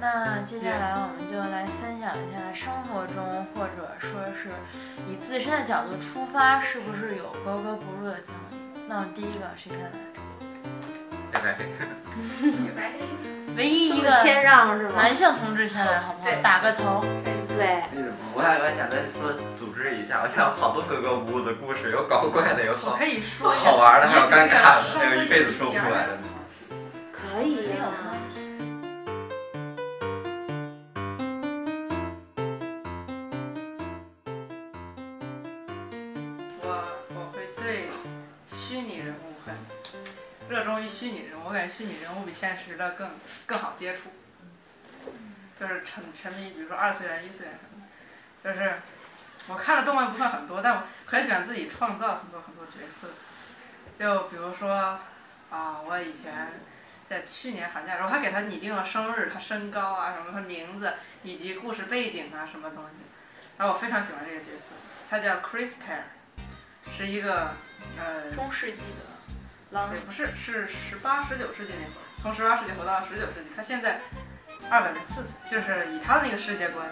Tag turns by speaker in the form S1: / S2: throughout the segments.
S1: 那接下来我们就来分享一下生活中，或者说是以自身的角度出发，是不是有格格不入的经历？那我们第一个谁先来？
S2: 拜拜。
S1: 唯一一
S3: 一
S1: 个
S3: 个谦让是吗？
S1: 男性同志先来，好不好？
S3: 对
S1: 打个头。
S3: 对，
S2: 那什么，我还我还想再说组织一下，我想有好多格格不入的故事，有搞怪的，有
S4: 我
S2: 好
S4: 可以说一下
S2: 好玩的，还有尴尬的，
S4: 稍
S2: 还
S4: 微
S2: 有一辈子说不出来的。
S3: 可以呀、
S4: 我我会对虚拟人物很热衷于虚拟人物，我感觉虚拟人物比现实的更更好接触，就是沉沉迷，比如说二次元、一次元什么的，就是我看的动漫不算很多，但我很喜欢自己创造很多很多角色，就比如说啊、我以前。在去年寒假的时候，我还给他拟定了生日、他身高啊什么，他名字以及故事背景啊什么东西，然后我非常喜欢这个角色，他叫 Chris Pear，是一个呃，
S1: 中世纪的狼
S4: 也不是，是十八、十九世纪那会儿，从十八世纪活到十九世纪，他现在二百零四岁，就是以他的那个世界观，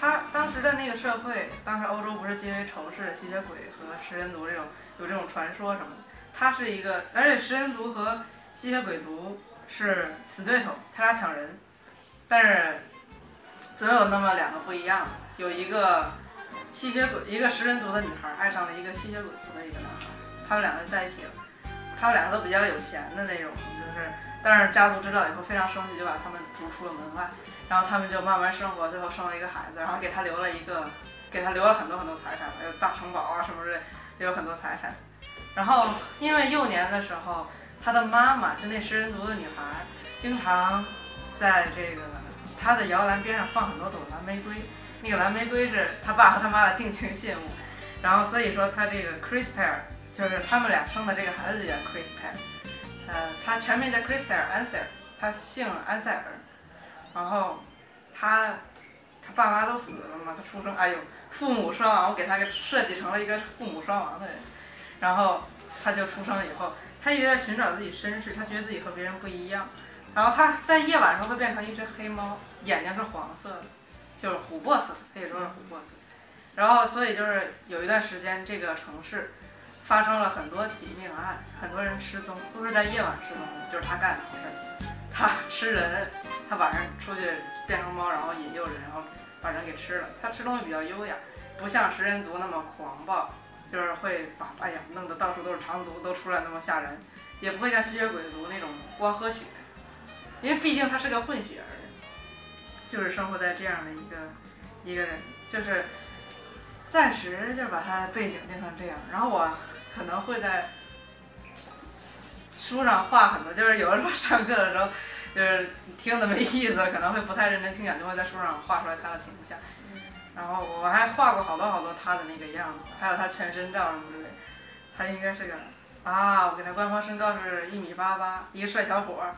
S4: 他当时的那个社会，当时欧洲不是因为仇视吸血鬼和食人族这种有这种传说什么的，他是一个，而且食人族和吸血鬼族是死对头，他俩抢人，但是总有那么两个不一样的，有一个吸血鬼，一个食人族的女孩爱上了一个吸血鬼族的一个男孩，他们两个在一起了。他们两个都比较有钱的那种，就是，但是家族知道以后非常生气，就把他们逐出了门外。然后他们就慢慢生活，最后生了一个孩子，然后给他留了一个，给他留了很多很多财产，有大城堡啊什么之类，留很多财产。然后因为幼年的时候，他的妈妈就那食人族的女孩，经常在这个他的摇篮边上放很多朵蓝玫瑰，那个蓝玫瑰是他爸和他妈的定情信物。然后所以说他这个 Chris Pear 就是他们俩生的这个孩子就叫 Chris Pear，呃，他全名叫 Chris Pear a n s e r 他姓安塞尔，然后他他爸妈都死了嘛，他出生，哎呦，父母双亡，我给他给设计成了一个父母双亡的人，然后他就出生以后，他一直在寻找自己身世，他觉得自己和别人不一样，然后他在夜晚的时候会变成一只黑猫，眼睛是黄色的，就是琥珀色，可以说是琥珀色，然后所以就是有一段时间这个城市。发生了很多起命案，很多人失踪，都是在夜晚失踪的，就是他干的好事儿。他吃人，他晚上出去变成猫，然后引诱人，然后把人给吃了。他吃东西比较优雅，不像食人族那么狂暴，就是会把哎呀弄得到处都是肠族都出来那么吓人，也不会像吸血鬼族那种光喝血，因为毕竟他是个混血儿，就是生活在这样的一个一个人，就是暂时就是把他的背景定成这样。然后我可能会在书上画很多，就是有的时候上课的时候，就是听的没意思，可能会不太认真听讲，就会在书上画出来他的形象。然后我还画过好多好多他的那个样子，还有他全身照什么之类的。他应该是个啊，我给他官方身高是一米八八，一个帅小伙儿，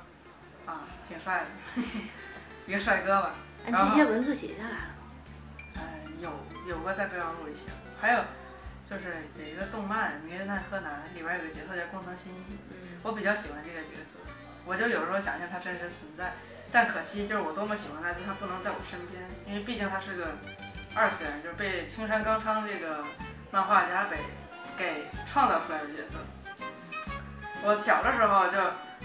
S4: 啊，挺帅的， 一个帅哥吧。
S3: 按哎这些文字写下来了。
S4: 嗯，有有过在备忘录里写，还有就是有一个动漫《名侦探柯南》里边有个角色叫工藤新一，
S3: 嗯，
S4: 我比较喜欢这个角色，我就有时候想象他真实存在，但可惜就是我多么喜欢他，但他不能在我身边，因为毕竟他是个二次元，就是被青山刚昌这个漫画家给给创造出来的角色。我小的时候就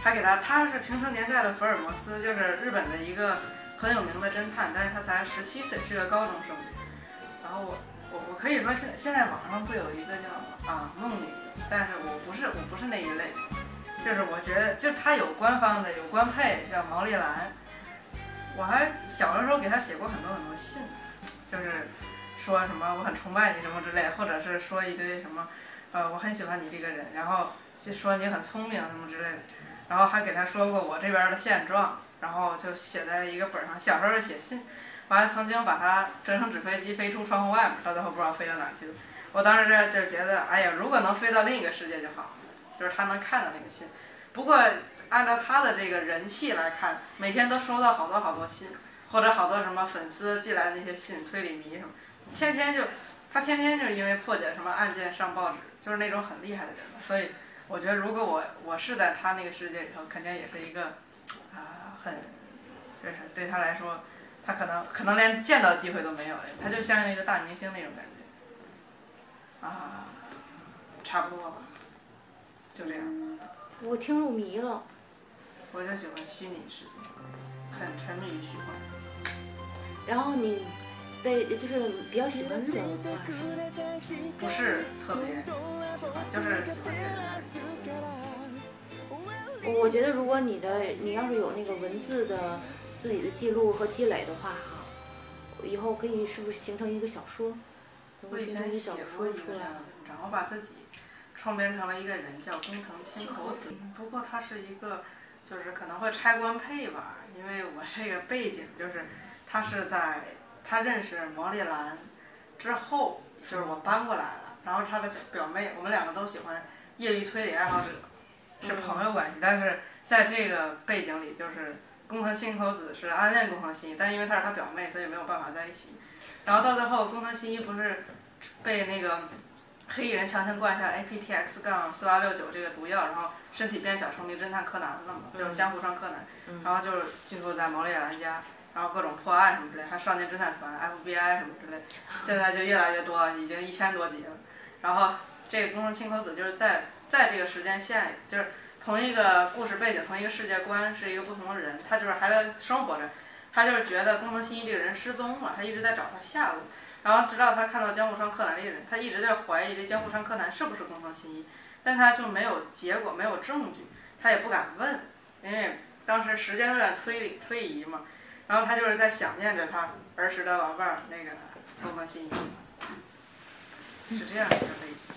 S4: 还给他，他是平成年代的福尔摩斯，就是日本的一个很有名的侦探，但是他才十七岁，是个高中生。然后我我我可以说现在现在网上会有一个叫啊梦女，但是我不是我不是那一类，就是我觉得就是他有官方的有官配叫毛利兰，我还小的时候给他写过很多很多信，就是说什么我很崇拜你什么之类，或者是说一堆什么呃我很喜欢你这个人，然后就说你很聪明什么之类的，然后还给他说过我这边的现状，然后就写在一个本儿上，小时候写信。我还曾经把它折成纸飞机飞出窗户外面，到最后不知道飞到哪去了。我当时就觉得，哎呀，如果能飞到另一个世界就好，就是他能看到那个信。不过按照他的这个人气来看，每天都收到好多好多信，或者好多什么粉丝寄来的那些信，推理迷什么，天天就他天天就因为破解什么案件上报纸，就是那种很厉害的人嘛。所以我觉得，如果我我是在他那个世界里头，肯定也是一个啊、很就是对他来说，他可能可能连见到机会都没有了，他就像一个大明星那种感觉。啊，差不多了，就这样。
S3: 我听入迷了。
S4: 我就喜欢虚拟世界，很沉迷于虚幻。
S3: 然后你被就是比较喜欢日本文化是吗？
S4: 不是特别喜欢，就是喜欢这个人。
S3: 我我觉得如果你的你要是有那个文字的自己的记录和积累的话哈，以后可以是不是形成一个小说？能
S4: 我
S3: 够
S4: 以
S3: 形成
S4: 前
S3: 一个小
S4: 写过
S3: 说
S4: 一
S3: 出
S4: 个这
S3: 来
S4: 样的文章，我把自己创编成了一个人叫工藤清口子，不过他是一个就是可能会拆官配吧，因为我这个背景就是他是在他认识毛利兰之后，就是我搬过来了，然后他的小表妹，我们两个都喜欢业余推理爱好者，是朋友关系，但是在这个背景里就是。工藤新口子是暗恋工藤新一，但因为她是他表妹，所以没有办法在一起。然后到最后，工藤新一不是被那个黑衣人强行灌下 APTX 杠四八六九这个毒药，然后身体变小成名侦探柯南了嘛，就是江湖上柯南，然后就是居住在毛利兰家，然后各种破案什么之类，还少年侦探团 FBI 什么之类，现在就越来越多了，已经一千多集了。然后这个工藤清口子就是在在这个时间线里，就是同一个故事背景、同一个世界观是一个不同的人，他就是还在生活着，他就是觉得工藤新一这个人失踪了，他一直在找他下落。然后直到他看到江户川柯南这个人，他一直在怀疑这江户川柯南是不是工藤新一，但他就没有结果，没有证据，他也不敢问，因为当时时间有点推理推移嘛。然后他就是在想念着他儿时的老伴儿那个工藤新一，是这样一个背景。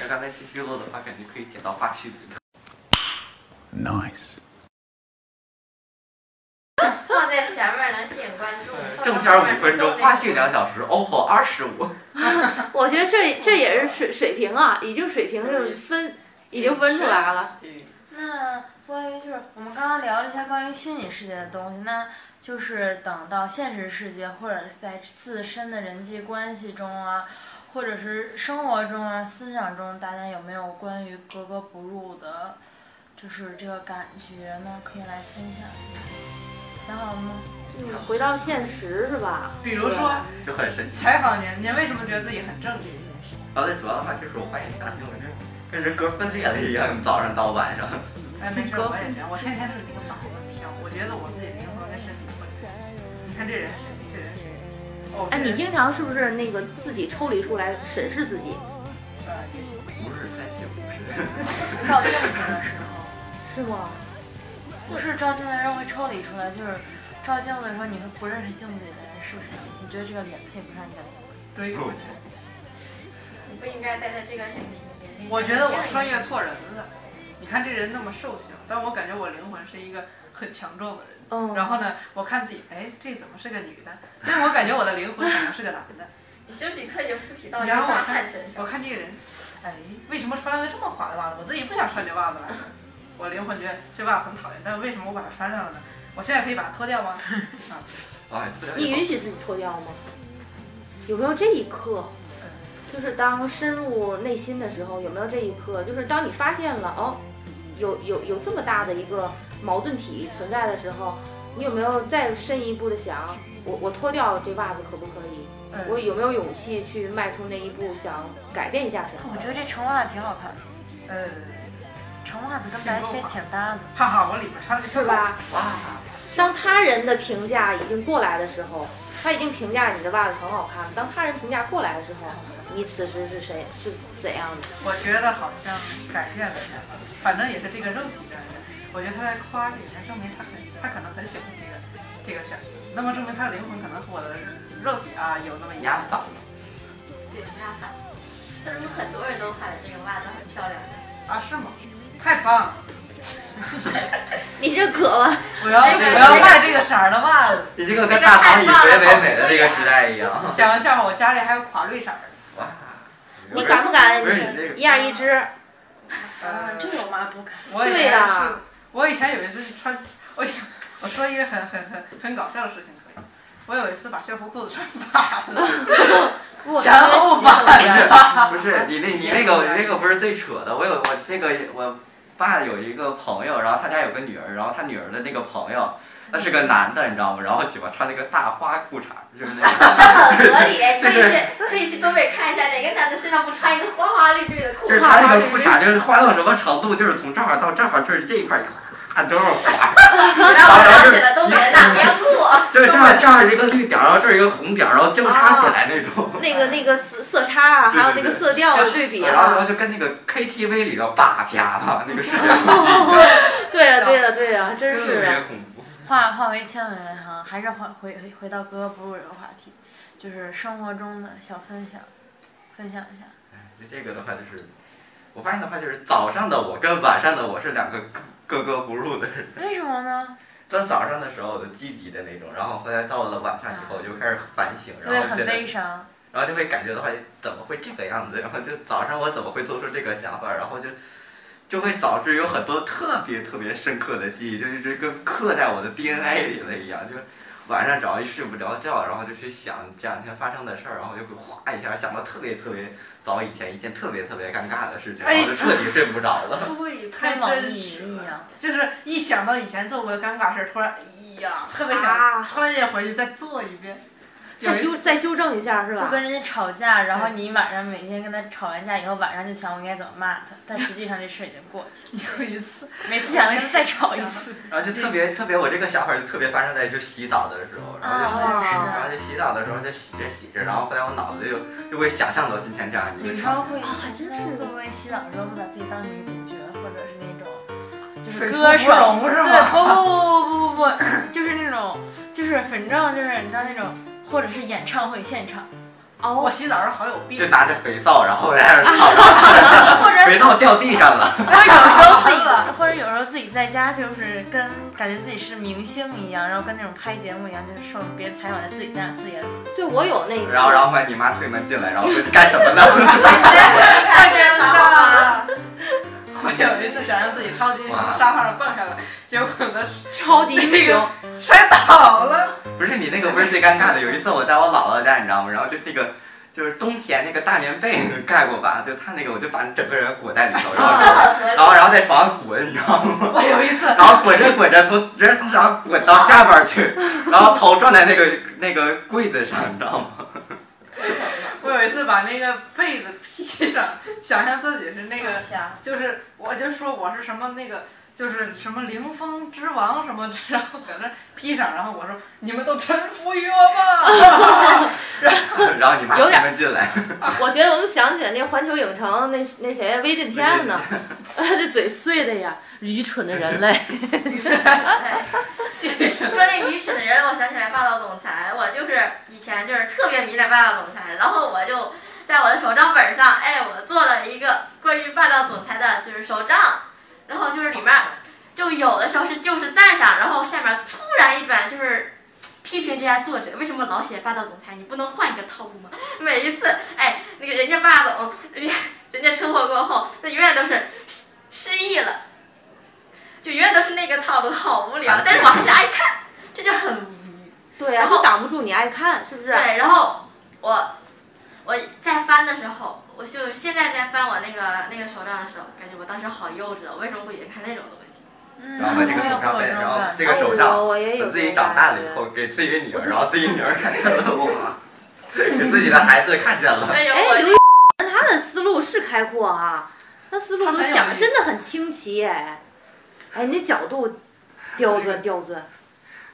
S2: 要刚才继续录的话，感觉可以剪到花絮里头。
S5: Nice.
S6: 放在前面能吸引观众，
S2: 呃正片五分钟，花絮两小时，OPPO 二十五。
S3: 我觉得这这也是水水平啊，已经水平就是分已经分出来了。
S4: 对。
S1: 那关于就是我们刚刚聊了一下关于虚拟世界的东西，那就是等到现实世界或者是在自身的人际关系中啊，或者是生活中啊、思想中，大家有没有关于格格不入的，就是这个感觉呢？可以来分享一下，想好了吗？
S3: 嗯，回到现实是吧？
S4: 比如说
S2: 就很神奇。
S4: 采访您，您为什么觉得自己很正经？
S2: 然后最主要的话就是我发现大牛跟跟人格分裂了一样，早上到晚上。
S4: 哎，没事，我也这样，我天天自己个脑子飘，我觉得我自己灵魂跟身体分开。你看这人谁？这人谁？哦，
S3: 哎，
S4: 这
S3: 你
S4: 人
S3: 经常是不是那个自己抽离出来审视自己？
S4: 呃也许
S2: 五日三省吾身。
S1: 照镜子的时候。
S3: 是吗？
S1: 不是照镜子的时候会抽离出来，就是照镜子的时候你会不认识镜子里的人是谁，你觉得这个脸配不上你的脸。
S4: 对，我觉得。
S6: 你不应该待在这个身体里面。
S4: 我觉得我穿越错人了。你看这人那么瘦小，但我感觉我灵魂是一个很强壮的人。
S3: 嗯
S4: 然后呢，我看自己，哎，这怎么是个女的？但我感觉我的灵魂可能是个男的。
S6: 你休息课也不提
S1: 哦
S6: 到一个
S4: 然后我
S6: 大
S4: 看
S6: 汉身，
S4: 我
S6: 上，
S4: 看这个人，哎，为什么穿了个这么垮的袜子？我自己不想穿这袜子来着。我灵魂觉得这袜子很讨厌，但为什么我把它穿上了呢？我现在可以把它脱掉吗？啊，
S2: 哎，
S3: 你允许自己脱掉吗？有没有这一刻？
S4: 呃
S3: 就是当深入内心的时候，有没有这一刻？就是当你发现了哦，有有有这么大的一个矛盾体存在的时候，你有没有再深一步的想，我我脱掉这袜子可不可以？
S4: 嗯
S3: 我有没有勇气去迈出那一步，想改变一下什
S1: 我
S3: 么？
S1: 觉得这橙袜子挺好看的，
S4: 呃，
S1: 橙袜子跟白鞋挺搭的。
S4: 哈哈，我里面穿了个秋
S3: 是吧？
S4: 哇，
S3: 当他人的评价已经过来的时候，他已经评价你的袜子很好看。当他人评价过来的时候，你此时是谁是怎样的？
S4: 我觉得好像改变了一下，反正也是这个肉体的人，我觉得他在夸这个人，证明他很他可能很喜欢这个这个选择，那么证明他的灵魂可能和我的肉体啊有那么一样
S2: 压嗓
S6: 对，大汉。但是很多人都喊这个袜子很漂 亮的，
S4: 啊是吗？太棒了！
S3: 你认可吗？
S4: 我要哎我要卖这个色儿的袜子。
S2: 你这个跟大堂以北美美的这个时代一样。
S4: 讲个笑话，我家里还有垮绿色儿的，
S2: 哇！
S3: 你敢不敢
S2: 不是你这个
S3: 一样一只？
S4: 呃，
S1: 我妈不看。
S4: 我以
S3: 对
S4: 前
S3: 呀
S4: 是，我以前有一次是穿，我以前我说一个很很很很搞笑的事情可以，我有一次把校服裤子穿反了，前后反着。
S2: 不是你那，你那个，你那个不是最扯的。我有我那个我爸有一个朋友，然后他家有个女儿，然后他女儿的那个朋友，那是个男的，你知道吗？然后喜欢穿那个大花裤衩，就是那个。
S6: 这很合理，哎可
S2: 就
S6: 以
S2: 是
S6: 去可以去东北看一下，哪个男的身上不穿一个花花 绿绿的裤
S2: 就是
S6: 衩？
S2: 他那个裤衩就是花到什么程度，就是从这儿到这儿，就是这一块啊都是花，
S6: 然后我想起了 东北的大棉裤，
S2: 就是这儿这儿一个绿点儿，然后这儿一个红点儿，然后交叉起来那种。
S3: 那个那个色色差啊，还有那个色调的对比
S2: 然后然后
S3: 啊，
S2: 就跟那个 KTV 里头叭啪啪那个世界
S3: 对呀对呀啊对呀，真
S2: 特
S3: 是
S2: 别
S3: 的。
S2: 恐怖。
S1: 话话回前文哈，还是回回回回到格格不入这个话题，就是生活中的小分享，分享一下。
S2: 就哎这个的话，就是我发现的话，就是早上的我跟晚上的我是两个格格不入的人。
S1: 为什么呢？
S2: 在早上的时候，我就积极的那种，然后后来到了晚上以后，就开始反省，
S1: 就会
S2: 然后
S1: 很
S2: 觉得
S1: 悲伤。
S2: 然后就会感觉的话，怎么会这个样子？然 后就早上我怎么会做出这个想法？然后就就会导致有很多特别特别深刻的记忆，就是这个刻在我的 DNA 里了一样。就是晚上只要一睡不着觉，然后就去想这两天发生的事儿，然后就会哗一下想到特别特别早以前一件特别特别尴尬的事情，然后就彻底睡不着
S4: 啊
S2: 了。
S4: 对，太
S1: 跟网
S4: 真
S1: 易
S4: 实
S1: 云一
S4: 了。
S1: 样，
S4: 就是一想到以前做过的尴尬事儿，突然哎呀，特别
S3: 啊
S4: 想穿越回去再做一遍。有
S3: 再
S4: 一
S3: 修
S4: 次
S3: 再修正一下是
S1: 就
S3: 吧？
S1: 跟人家吵架，然后
S4: 对
S1: 你晚上每天跟他吵完架以后，晚上就想我应该怎么骂他，但实际上这事儿已经过去了。
S4: 有一次，
S1: 每次想跟他再吵一 次，
S2: 然后就特别特别，我这个想法就特别发生在就洗澡的时候，然后就洗，
S3: 啊
S2: 然后就洗澡的时候就洗着洗着，然后后来我脑子就就会想象到今天这样一个
S1: 有时
S2: 场
S1: 候
S2: 景
S1: 会，。
S3: 还啊真是
S1: 会不会洗澡的时候会把自己当女主角，或者是那种就是
S4: 水出
S1: 歌
S4: 芙
S1: 手？
S4: 蓉是
S1: 对，
S4: 吗
S1: 不不不不不不， 就是那种，就是反正就是你知道那种，或者是演唱会现场，
S4: 我
S3: 哦，
S4: 洗澡时候好有病啊
S2: 就，拿着肥皂，然后在那儿躺
S1: 或
S2: 着，
S1: 者
S2: 肥皂掉地上 了。
S1: 或者有时候自己， 或者有时候自己在家就是跟感觉自己是明星一样，然后跟那种拍节目一样，就是受别人采访，自己在那自言自语。
S3: 对我有那个。
S2: 然后，然后后来你妈推门进来，然后说你干什么呢？
S6: 太尴尬了。
S4: 我有一次想让自己超级英雄从沙发上蹦下来，结果呢
S3: 超级英
S4: 那
S3: 雄
S4: 个，摔倒了。
S2: 不是你那个不是最尴尬的，有一次我在我姥姥家，你知道吗？然后就这个。就是冬天那个大棉被盖过吧，就他那个我就把整个人裹在里头，然后
S6: 这很合理
S2: 然后然后在床上滚，你知道吗？
S4: 我有一次
S2: 然后滚着滚着从人从床上滚到下边儿去，然后头撞在那个那个柜子上，你知道吗？
S4: 我有一次把那个被子披上，想象自己是那个，
S1: 啊
S4: 就是我就说我是什么那个，就是什么凌风之王什么，然后搁那披上，然后我说你们都臣服于我吧。
S2: 然后你妈
S3: 有
S2: 推
S3: 点
S2: 门进来，
S3: 我觉得我们想起来那个环球影城那那谁威震天了呢， 这嘴碎的呀，愚蠢的人类。
S6: 你哎说那愚蠢的人，我想起来霸道总裁，我就是以前就是特别迷恋霸道总裁，然后我就在我的手账本上，哎，我做了一个关于霸道总裁的，就是手账，然后就是里面就有的时候是就是赞赏，然后下面突然一版就是。批评这家作者为什么老写霸道总裁？你不能换一个套路吗？ 每一次，哎，那个人家霸总，人家人家车祸过后，那永远都是失失忆了，就永远都是那个套路，好无聊。但是我还是爱看，这就很无语。
S3: 对呀、
S6: 然后
S3: 就挡不住你爱看，是不是？
S6: 对，然后我我在翻的时候，我就现在在翻我那个那个手账的时候，感觉我当时好幼稚，啊我为什么会也看那种东西？
S1: 嗯，
S2: 然后把这个手上背，然后这个手账，
S3: 哎我也有
S2: 自己长大了以后给自己的女儿，然后自己女儿看见了我，给自己的孩子看见 了。
S6: 哎呦，
S3: 哎，刘
S6: 我
S3: 亦凡他的思路是开阔啊，他思路
S4: 他
S3: 都
S4: 很有
S3: 想
S4: 意思
S3: 真的很清奇哎，哎，那角度刁钻刁钻，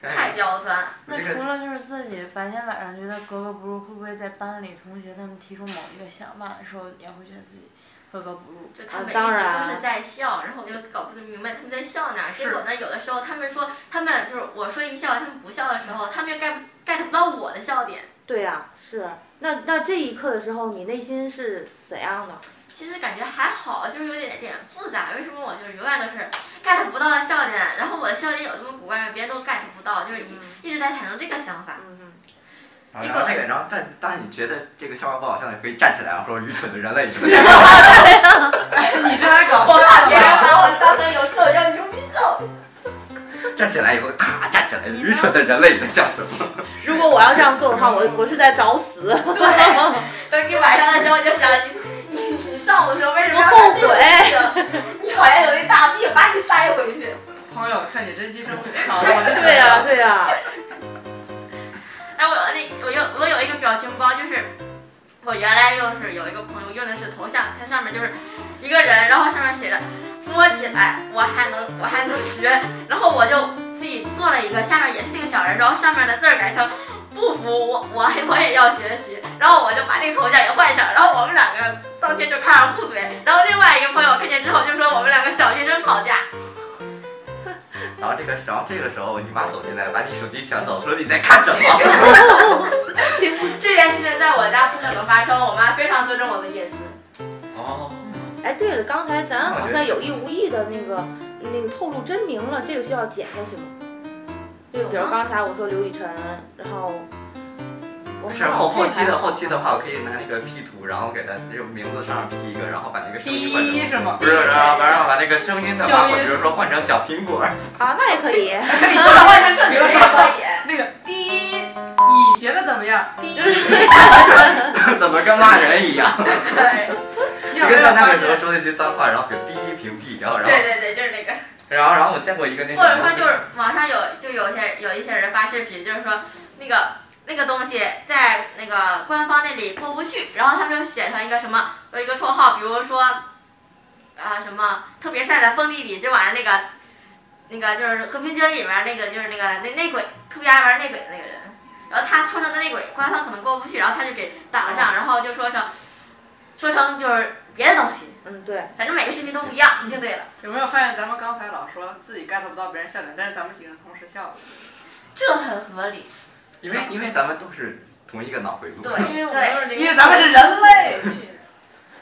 S6: 太刁钻。
S1: 那
S2: 哎这个
S1: 除了就是自己白天晚上觉得格格不入，会不会在班里同学他们提出某一个想法的时候，也会觉得自己格格不入？
S6: 就他
S3: 啊
S6: 们一直
S3: 当然
S6: 都是在笑，然后我就搞不明白他们在笑哪儿。结果呢，有的时候他们说他们就是我说一个笑话，他们不笑的时候，他们又 get get 不到我的笑点。
S3: 对呀、是。那那这一刻的时候，你内心是怎样的？
S6: 其实感觉还好，就是有点点复杂。为什么我就是永远都是 get 不到的笑点？然后我的笑点有这么古怪吗？别人都 get 不到，就是一、一直在产生这个想法。
S3: 嗯
S2: 然后这个，然后但当你觉得这个笑话不好笑，你可以站起来，然后说愚蠢的人类，你们在笑话。
S4: 你这还搞
S6: 我怕
S4: 笑
S6: 别人
S4: 了吧？
S6: 把我当成有兽一样牛逼咒。
S2: 站起来以后，咔站起来，愚蠢的人类，你在笑什么？
S3: 如果我要这样做的话，我我是在找死，我
S6: 对，等你晚上的时候就想你你你上午的时候为什么要
S3: 后
S6: 干这个事情？
S3: 悔。
S6: 你你好像有一大病，把你塞回去。
S4: 朋友，劝你珍惜生命。好了，我就
S3: 对呀、对啊呀、
S6: 哎，我那我有我有一个表情包，就是我原来就是有一个朋友用的是头像，它上面就是一个人，然后上面写着扶我起来，我还能我还能学，然后我就自己做了一个，下面也是那个小人，然后上面的字儿改成不服我我我也要学习，然后我就把那个头像也换上，然后我们两个当天就开始互怼，然后另外一个朋友看见之后就说我们两个小学生吵架。
S2: 然后这个，然后这个时候你妈走进来，把你手机抢走，说你在看什么？
S6: 这件事情在我家不可能发生，我妈非常尊重我的隐私。
S2: 哦，
S3: 哎，对了，刚才
S2: 嗯
S3: 咱好像有意无意的那个那个透露真名了，这个需要剪下去吗？就比如刚才我说刘雨辰，然后我
S2: 是后后期的后期的话，我可以拿那个 P 图，然后给它这个名字上面 P 一个，然后把那个声
S4: 第
S2: 音换成
S4: 一。是吗？
S2: 不是，然后然后把那个声音的话，
S4: 消音
S2: 我比如说换成小苹果，
S3: 啊，那也可 以。
S6: 你说换成正
S4: 比
S6: 经
S4: 如
S6: 人也
S4: 说
S6: 可以。
S4: 那个第一，你觉得怎么样？第一，
S2: 怎么跟骂人一样？
S6: 对
S4: 你有
S2: 就
S4: 没
S2: 跟
S4: 有
S2: 咱那
S4: 发
S2: 个时候
S4: 现？
S2: 说那句脏话，然后给第一屏蔽掉，然后
S6: 对对，就是那个，
S2: 然后然后我见过一个那种，
S6: 或者说就是网上有就有些有一些人发视频，就是说那个那个东西在那个官方那里过不去，然后他们就写成一个什么有一个绰号，比如说啊什么特别帅的风弟弟，就晚上那个那个就是《和平精英》里面那个就是那个那内鬼特别爱玩内鬼的那个人，然后他穿成的内鬼，官方可能过不去，然后他就给挡上，然后就说成说成就是别的东西，
S3: 嗯，对，
S6: 反正每个视频都不一样，你就对了。
S4: 有没有发现咱们刚才老说自己 get 不到别人笑点，但是咱们几个人同时笑了？
S6: 这很合理，
S2: 因为因为咱们都是同一个脑回路，
S6: 对
S1: 因为我
S6: 对
S1: 们是
S4: 因为咱们是人类。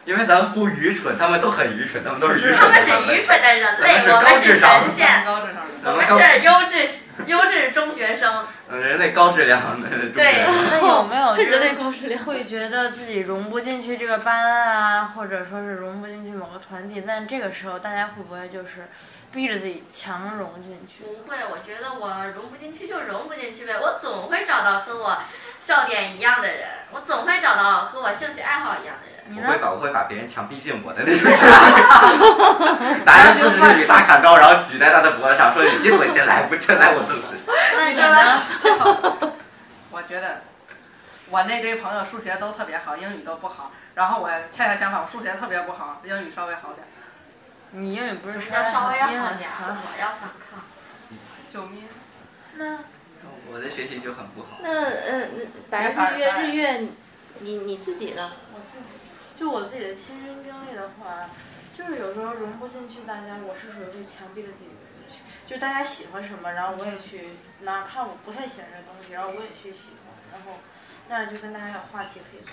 S2: 因为咱们不愚蠢，他们都很愚蠢，他们都是愚
S6: 他
S2: 蠢
S6: 们
S2: 的
S6: 是愚
S2: 人。
S6: 蠢的人类，
S2: 咱
S6: 我
S2: 们是
S6: 们
S2: 高
S6: 是
S2: 智商
S6: 神仙，
S4: 高智商人。
S6: 我
S2: 咱
S6: 们
S2: 们
S6: 是优质优质中学生。
S2: 嗯，人类高质量的中国
S6: 对
S2: 人。
S1: 那有没有
S3: 人类
S1: 故事里会觉得自己融不进去这个班啊，或者说是融不进去某个团体？但这个时候大家会不会就是逼着自己强融进去？
S6: 不会，我觉得我融不进去就融不进去呗，我总会找到和我笑点一样的人，我总会找到和我兴趣爱好一样的人。
S1: 你
S2: 我
S1: 呢
S2: 会？把我会把别人强逼进我的 那种， 拿着四十厘米大砍刀，然后举在他的脖子上，说：“你进我进来，不进来我弄死你。
S6: 那你
S4: 你
S6: 呢？
S4: 笑。我觉得我那堆朋友数学都特别好，英语都不好。然后我恰恰相反，我数学特别不好，英语稍微好点。
S1: 你英语不是
S6: 什么叫稍微要
S1: 英语
S6: 好点儿？
S1: 很好
S6: 我要反抗。
S4: 救命！
S1: 那
S2: 我的学习就很不好。
S3: 那呃，白日月日月，你你自己呢？
S1: 我自己，就我自己的亲身经历的话，就是有时候融不进去大家，我是属于会强逼着自己融进去，就是大家喜欢什么，然后我也去，哪怕我不太喜欢这东西，然后我也去喜欢，然后那样就跟大家有话题可以聊。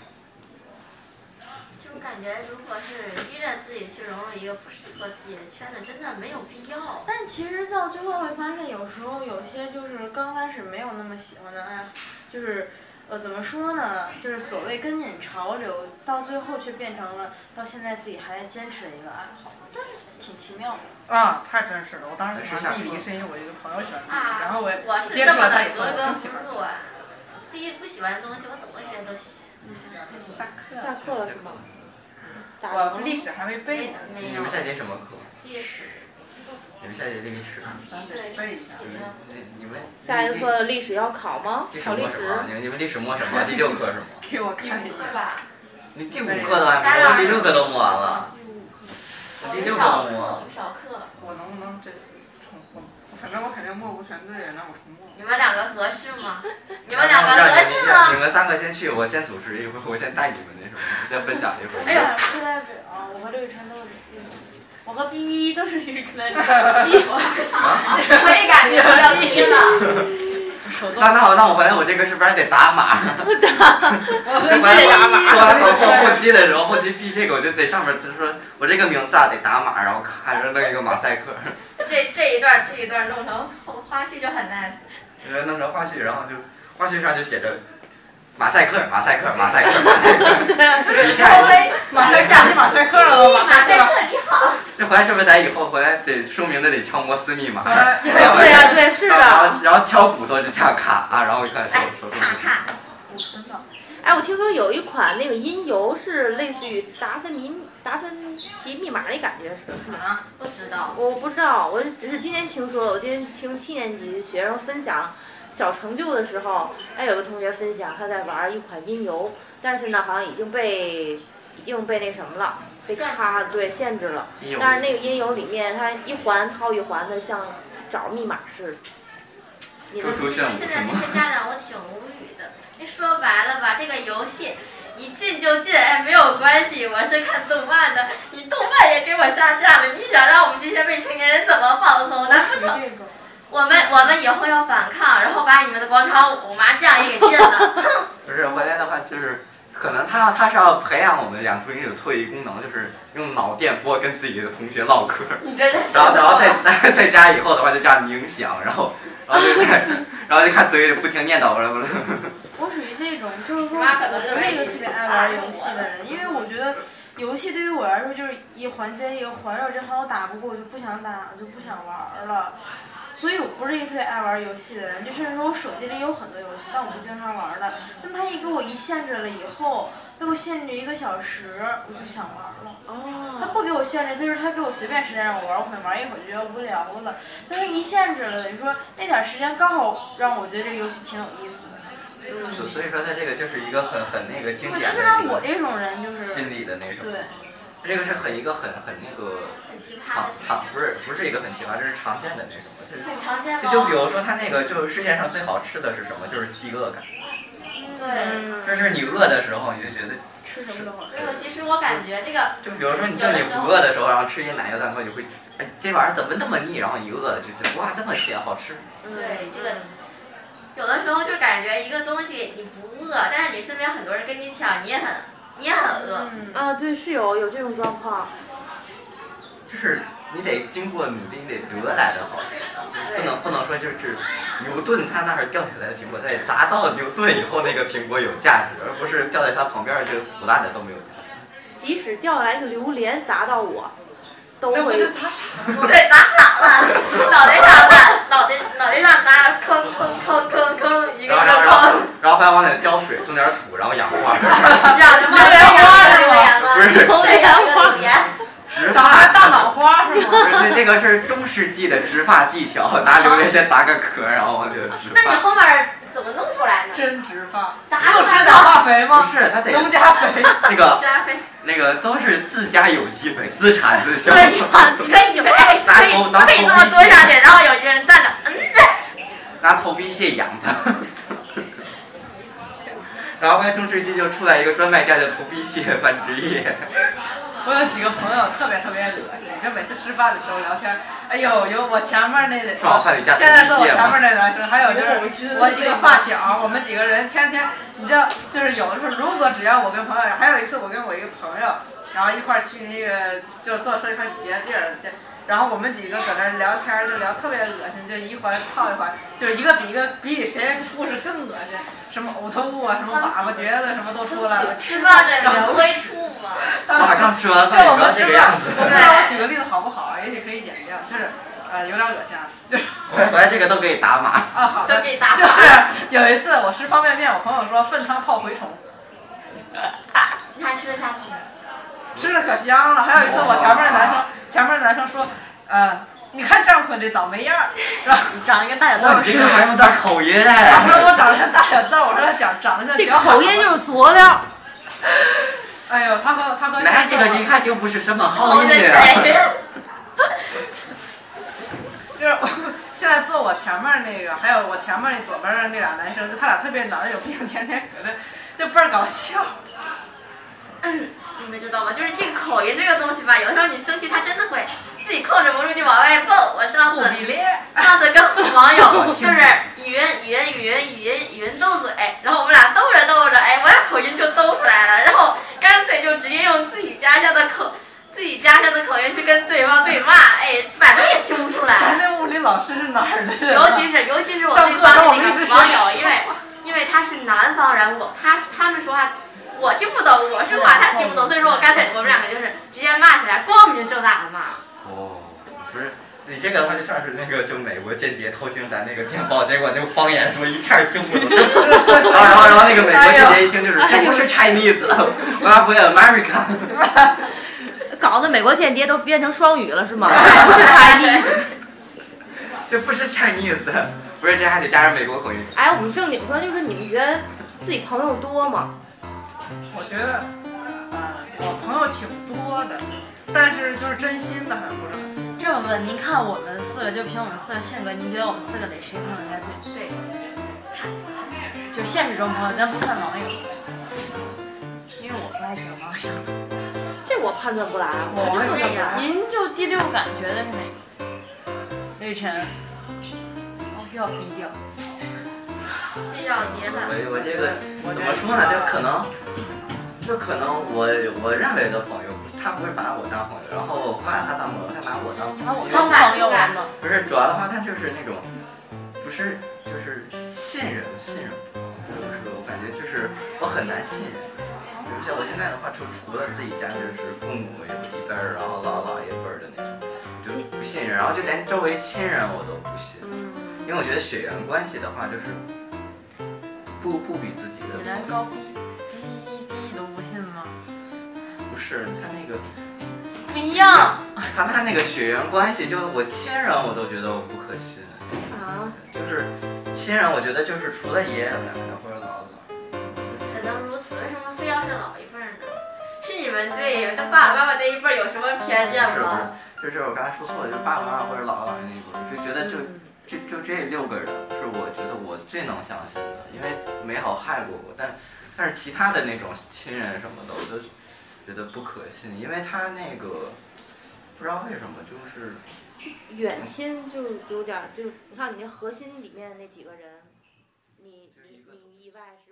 S6: 就是感觉，如果是逼着自己去融入一个不适合自己的圈子，真的没有必要。
S1: 但其实到最后会发现，有时候有些就是刚开始没有那么喜欢的爱好，就是呃怎么说呢，就是所谓跟引潮流，到最后却变成了到现在自己还在坚持的一个爱好，但是挺奇妙的。
S4: 啊，太真实了！我当时喜欢地理是因为我一个朋友喜欢地理，然后
S6: 啊我
S4: 我
S6: 是
S4: 接
S6: 这
S4: 触
S6: 么
S4: 了
S6: 的
S4: 他以后，
S6: 格
S4: 我
S6: 格
S4: 更
S6: 不
S4: 喜欢。
S6: 入啊，自己不喜欢的东西，我怎么学都喜。
S4: 下课
S3: 下课了是吗？打铃
S4: 我
S3: 了
S4: 历史还没背
S6: 没
S4: 呢，
S6: 没
S2: 你
S6: 有
S2: 们下节什么课？
S6: 历史，
S2: 你们下节历史？
S4: 咱得背一下。
S2: 你们你们
S3: 下一课历史要考吗？
S2: 历史
S3: 考历
S2: 摸什
S3: 史？
S2: 么？你们你们历史摸什么？第六课是吗？
S4: 给我
S6: 第
S4: 看一
S6: 五
S4: 眼。
S6: 课吧，
S2: 你第五课都还没摸，第六课都摸完了。
S6: 我
S2: 第
S6: 们
S2: 六课
S6: 少
S2: 都
S6: 课，
S2: 摸
S6: 我
S2: 了。
S6: 们少课，
S4: 我能不能这次重复？反正我肯定默无全对，那我重 默。
S6: 你们两个合适吗？你
S2: 你
S6: 们两个啊合适
S2: 们你
S6: 吗？
S2: 们三个先去，我先组织一会儿，我先带你们那什么，先分享一会儿。
S1: 哎呀，课代表，我和绿晨都是绿晨，我和 B 一都是绿晨代表。
S2: 啊
S6: 我也感觉要低了，
S1: 手作
S2: 那那我那我回来，我这个是不是还得打码？
S4: 我和
S2: 我
S4: 你也打码。
S2: 我后后期的时候，后期 B 这个我就得上面就说，我这个名字啊得打码，然后咔然后弄一个马赛克，
S6: 这这一段这一段弄成后花絮就很 nice。
S2: 然后弄成花絮，然后就花絮上就写着马赛克马赛克马赛克马赛克，一下
S6: 稍微
S4: 马赛克，你马赛克了吗？马
S6: 马
S4: 赛
S6: 赛
S4: 克。
S6: 克你好，
S2: 这回来是不是咱以后回来得说明的得敲摩斯密码？
S4: 好了，
S2: 对
S4: 有
S3: 啊对呀、对，是
S2: 然
S3: 的。
S2: 后然后敲骨头就这样咔啊，然后一看手
S6: 哎
S2: 手，动
S6: 卡卡，
S1: 真的，
S3: 哎，我听说有一款那个音游是类似于达芬迷达芬奇密码的感觉是是吗？
S6: 啊，不知道。
S3: 我不知道，我只是今天听说，我今天听七年级学生分享小成就的时候，哎，有个同学分享他在玩一款音游，但是呢，好像已经被已经被那什么了，被咔对限制了。
S2: 音游
S3: 但是那个音游里面，它一环套一环的，像找密码似的。你
S2: 就
S3: 们
S2: 出
S6: 其实
S2: 现了
S6: 现
S2: 什
S6: 在 这些
S2: 么？
S6: 家长我挺无语的。那说白了吧，这个游戏你进就进，哎，没有关系，我是看动漫的，你动漫也给我下架了，你想让我们这些未成年人怎么放松？难不成
S1: 这个
S6: 我们我们以后要反抗，然后把你们的广场舞、麻将也给禁了？
S2: 不是回来的话，就是可能他他是要培养我们养出一种特异功能，就是用脑电波跟自己的同学唠嗑。
S6: 你这是
S2: 然后然后在在家以后的话就这样冥想，然后然后就在然后就看嘴里不停念叨，不是不是，
S1: 我属于这种，就是说
S6: 妈可能
S1: 我
S6: 认
S1: 不是
S6: 为
S1: 一个
S6: 你
S1: 特别爱玩游戏的人，因为我觉得游戏对于我来说就是一环接一个环，要这环我打不过，我就不想打，我就不想玩儿了。所以我不是一个特别爱玩游戏的人，就甚至说我手机里有很多游戏，但我不经常玩的。但他一给我一限制了以后，他给我限制一个小时，我就想玩了。他
S3: 哦，
S1: 不给我限制，就是他给我随便时间让我玩儿，我可能玩儿一会儿就觉得无聊了。但是一限制了，等于说那点儿时间刚好让我觉得这个游戏挺有意思的。
S2: 所所以说他这个就是一个很很那个经
S1: 对，
S2: 典
S1: 就是
S2: 的
S1: 让
S2: 一
S1: 我
S2: 个
S1: 这种人就是
S2: 心理的那种，
S1: 对，
S2: 这个是很一个很很那个
S6: 很奇
S2: 常
S6: 葩的事
S2: 常
S6: 情，
S2: 不是不是一个很奇葩，就是常见的那种，就是。
S6: 很常见
S2: 就
S6: 吗？
S2: 就比如说，他那个就是世界上最好吃的是什么？就是饥饿感，
S6: 对。
S3: 嗯，
S2: 就是你饿的时候，你就觉得，
S1: 吃什么都好吃
S6: 所以。我其实我感觉这个
S2: 就比如说你就你不饿的时候，然后吃一奶油蛋糕，你会，哎，这玩意儿怎么那么腻？然后一饿了就觉得哇，这么甜，好吃。
S6: 对这个有的时候就感觉一个东西你不饿，但是你身边很多人跟你抢，你也很你也很饿。
S1: 嗯，
S3: 啊，对，是有有这种状况。
S2: 就是你得经过努力，你得得来的好，不
S6: 对
S2: 能不能说就是牛顿他那儿掉下来的苹果，再砸到牛顿以后那个苹果有价值，而不是掉在他旁边儿这个腐烂的都没有价值。
S3: 即使掉下来一个榴莲砸到我，都
S4: 那我
S3: 会
S4: 就砸傻了。
S6: 对，砸傻了，脑袋上砸，脑袋脑袋上砸，坑坑坑坑坑，一个
S2: 然
S6: 一
S2: 后然
S6: 个
S2: 后然后
S6: 坑，
S2: 然后还要往里浇水，种点儿土，然后养花 儿。
S6: 养着猫养花榴莲吗？
S2: 不是
S6: 对，养着榴莲。
S2: 植
S4: 小
S2: 发
S4: 孩大脑花是吗？
S2: 不是， 那个是中世纪的植发技巧，拿榴莲先砸个壳，然后往里头植
S6: 那你
S2: 发。
S6: 后面怎么弄出来呢？
S4: 真植发，
S6: 砸
S4: 没有吃
S6: 出来
S4: 打化肥
S2: 不
S4: 吗？
S2: 是，他得
S4: 农家肥。
S2: 那个
S6: 加菲，
S2: 那个都是自家有机肥，自产自销。
S6: 可以配
S2: 拿
S6: 可以
S2: 头拿
S6: 可以
S2: 头
S6: 那么
S2: 皮
S6: 多
S2: 屑
S6: 下去，然后有一个人站着，嗯，
S2: 拿头皮屑养它。 然后在中世纪就出来一个专卖店的头皮屑繁殖业，
S4: 我有几个朋友特别特别恶心，就每次吃饭的时候聊天，哎呦，有我前面那
S2: 是吧看你家
S4: 现在坐我前面那男生，还有就是我一个发小，我们几个人天天，你知道，就是有的时候，如果只要我跟朋友，还有一次我跟我一个朋友，然后一块儿去那个就坐车一块儿去别的地儿去。然后我们几个搁那聊天儿，就聊特别恶心，就一环套一环，就是一个比一个比谁故事更恶心，什么呕吐物啊，什么粑粑橛子什么都出来了。
S6: 吃饭的人不会吐吗？
S4: 当
S2: 马
S4: 时
S2: 上吃完
S4: 就
S2: 饭也
S4: 我
S2: 不要
S4: 们
S2: 这
S4: 吃
S2: 个
S4: 饭
S2: 样，子
S4: 我。不知道我举个例子好不好，也许可以剪掉，就是呃有点恶心，啊，就是
S2: 我来这个都可以打码。
S4: 啊好
S6: 就
S4: 的，
S6: 给打
S4: 就
S6: 发
S4: 是有一次我吃方便面，我朋友说粪汤泡蛔虫，
S6: 你还吃得下去吗？
S4: 吃的可香了。还有一次我前面的男
S3: 哦
S4: 生，前面的男生说，呃，你看张坤这倒霉样儿，然后
S1: 长一个大小
S2: 哇，
S1: 豆
S2: 你
S1: 是
S2: 这个还有点口音
S4: 我说
S2: 哎。
S4: 我长得像大小豆，我说他长长得像
S3: 这
S4: 脚
S3: 口音就是佐料。
S4: 哎呦，他和他和
S2: 来，这个一看就不是什么好
S6: 哦，
S2: 音啊
S6: 对
S2: 的
S6: 对
S2: 呀。
S6: 对。
S4: 就是我现在坐我前面儿那个，还有我前面儿那左边儿的那俩男生，就他俩特别脑袋有病，天天搁这就倍儿搞笑。
S6: 嗯，你们知道吗？就是这个口音这个东西吧，有的时候你生气，它真的会自己控制不住就往外蹦。我上
S4: 虎
S6: 次
S4: 鼻咧。
S6: 上次跟网友就是语音语音语音语音语音斗嘴，然后我们俩斗着斗着，哎，我俩口音就斗出来了，然后干脆就直接用自己家乡的口自己家乡的口音去跟对方对骂，哎，反正也听不出 来。
S4: 咱这物理老师是哪儿的人
S6: 尤
S4: 啊？
S6: 其是尤其是我
S4: 上
S6: 对
S4: 课
S6: 方
S4: 时候
S6: 的
S4: 我们
S6: 那
S4: 一直
S6: 个
S4: 说
S6: 网友，因为因为他是南方人，我他他们说话我听不懂，我说话他听不懂，所以说我干脆我们两个就是直接骂起来，光明正大的骂。
S2: 哦，不是，你这个的话就像是那个，就美国间谍偷听咱那个电报，结果那个方言说一下听不 懂，
S4: 是是哎是
S2: 然后然后然后那个美国间谍一听就是这不是 Chinese，我要回 America，
S3: 搞得美国间谍都变成双语了是吗？不是 Chinese。
S2: 这不是 Chinese，不是这还得加上美国口音，
S3: 哎，我们正经说，就是你们觉得自己朋友多吗？
S4: 我觉得，啊，我朋友挺多的，但是就是真心的好像不是很多。
S1: 这么问，您看我们四个，就凭我们四个性格，您觉得我们四个里谁朋友家最？
S6: 对，
S1: 就现实中朋友，咱不算网友，因为我不爱交网友。
S3: 这我判断不来，啊我
S1: 我
S3: 真的
S6: 就
S3: 判
S6: 这
S3: 断
S6: 样
S4: 啊
S3: 不来。
S1: 您就第六感觉的是哪个？魏晨。哦，又要低调。
S6: 比较结
S2: 我
S6: 的。
S2: 我这个怎么说呢？就可能，就可能我我认为的朋友，他不会把我当朋友，然后我不把他当朋友，他把我当朋
S1: 把我
S2: 友。
S1: 当朋友了呢。
S2: 不是，主要的话，他就是那种，不是，就是信任，信任啊不足，就是我感觉就是我很难信任。就是像我现在的话，除除了自己家，就是父母一辈儿，然后姥姥姥爷辈儿的那种，就不信任，然后就连周围亲人我都不信，因为我觉得血缘关系的话，就是不不比自己的
S1: 你连高逼逼逼都不信吗？
S2: 不是他那个
S1: 不一样。
S2: 他他那个血缘关系，就是我亲人我都觉得我不可信。
S3: 啊，
S2: 就是亲人，我觉得就是除了爷爷奶奶或者姥姥，
S6: 怎能如此？为什么非要是老一辈儿呢？是你们对他爸爸妈妈那一辈儿有什么偏见
S2: 是
S6: 吗？
S2: 不是？就是我刚才说错了，就爸爸妈妈或者姥姥姥爷那一辈儿，就觉得就就就这六个人是我觉得我最能相信的，因为没好害过我，但但是其他的那种亲人什么的，我都觉得不可信，因为他那个不知道为什么就是
S3: 远亲就是有点儿，就是你看你那核心里面那几个人，你你你意外是。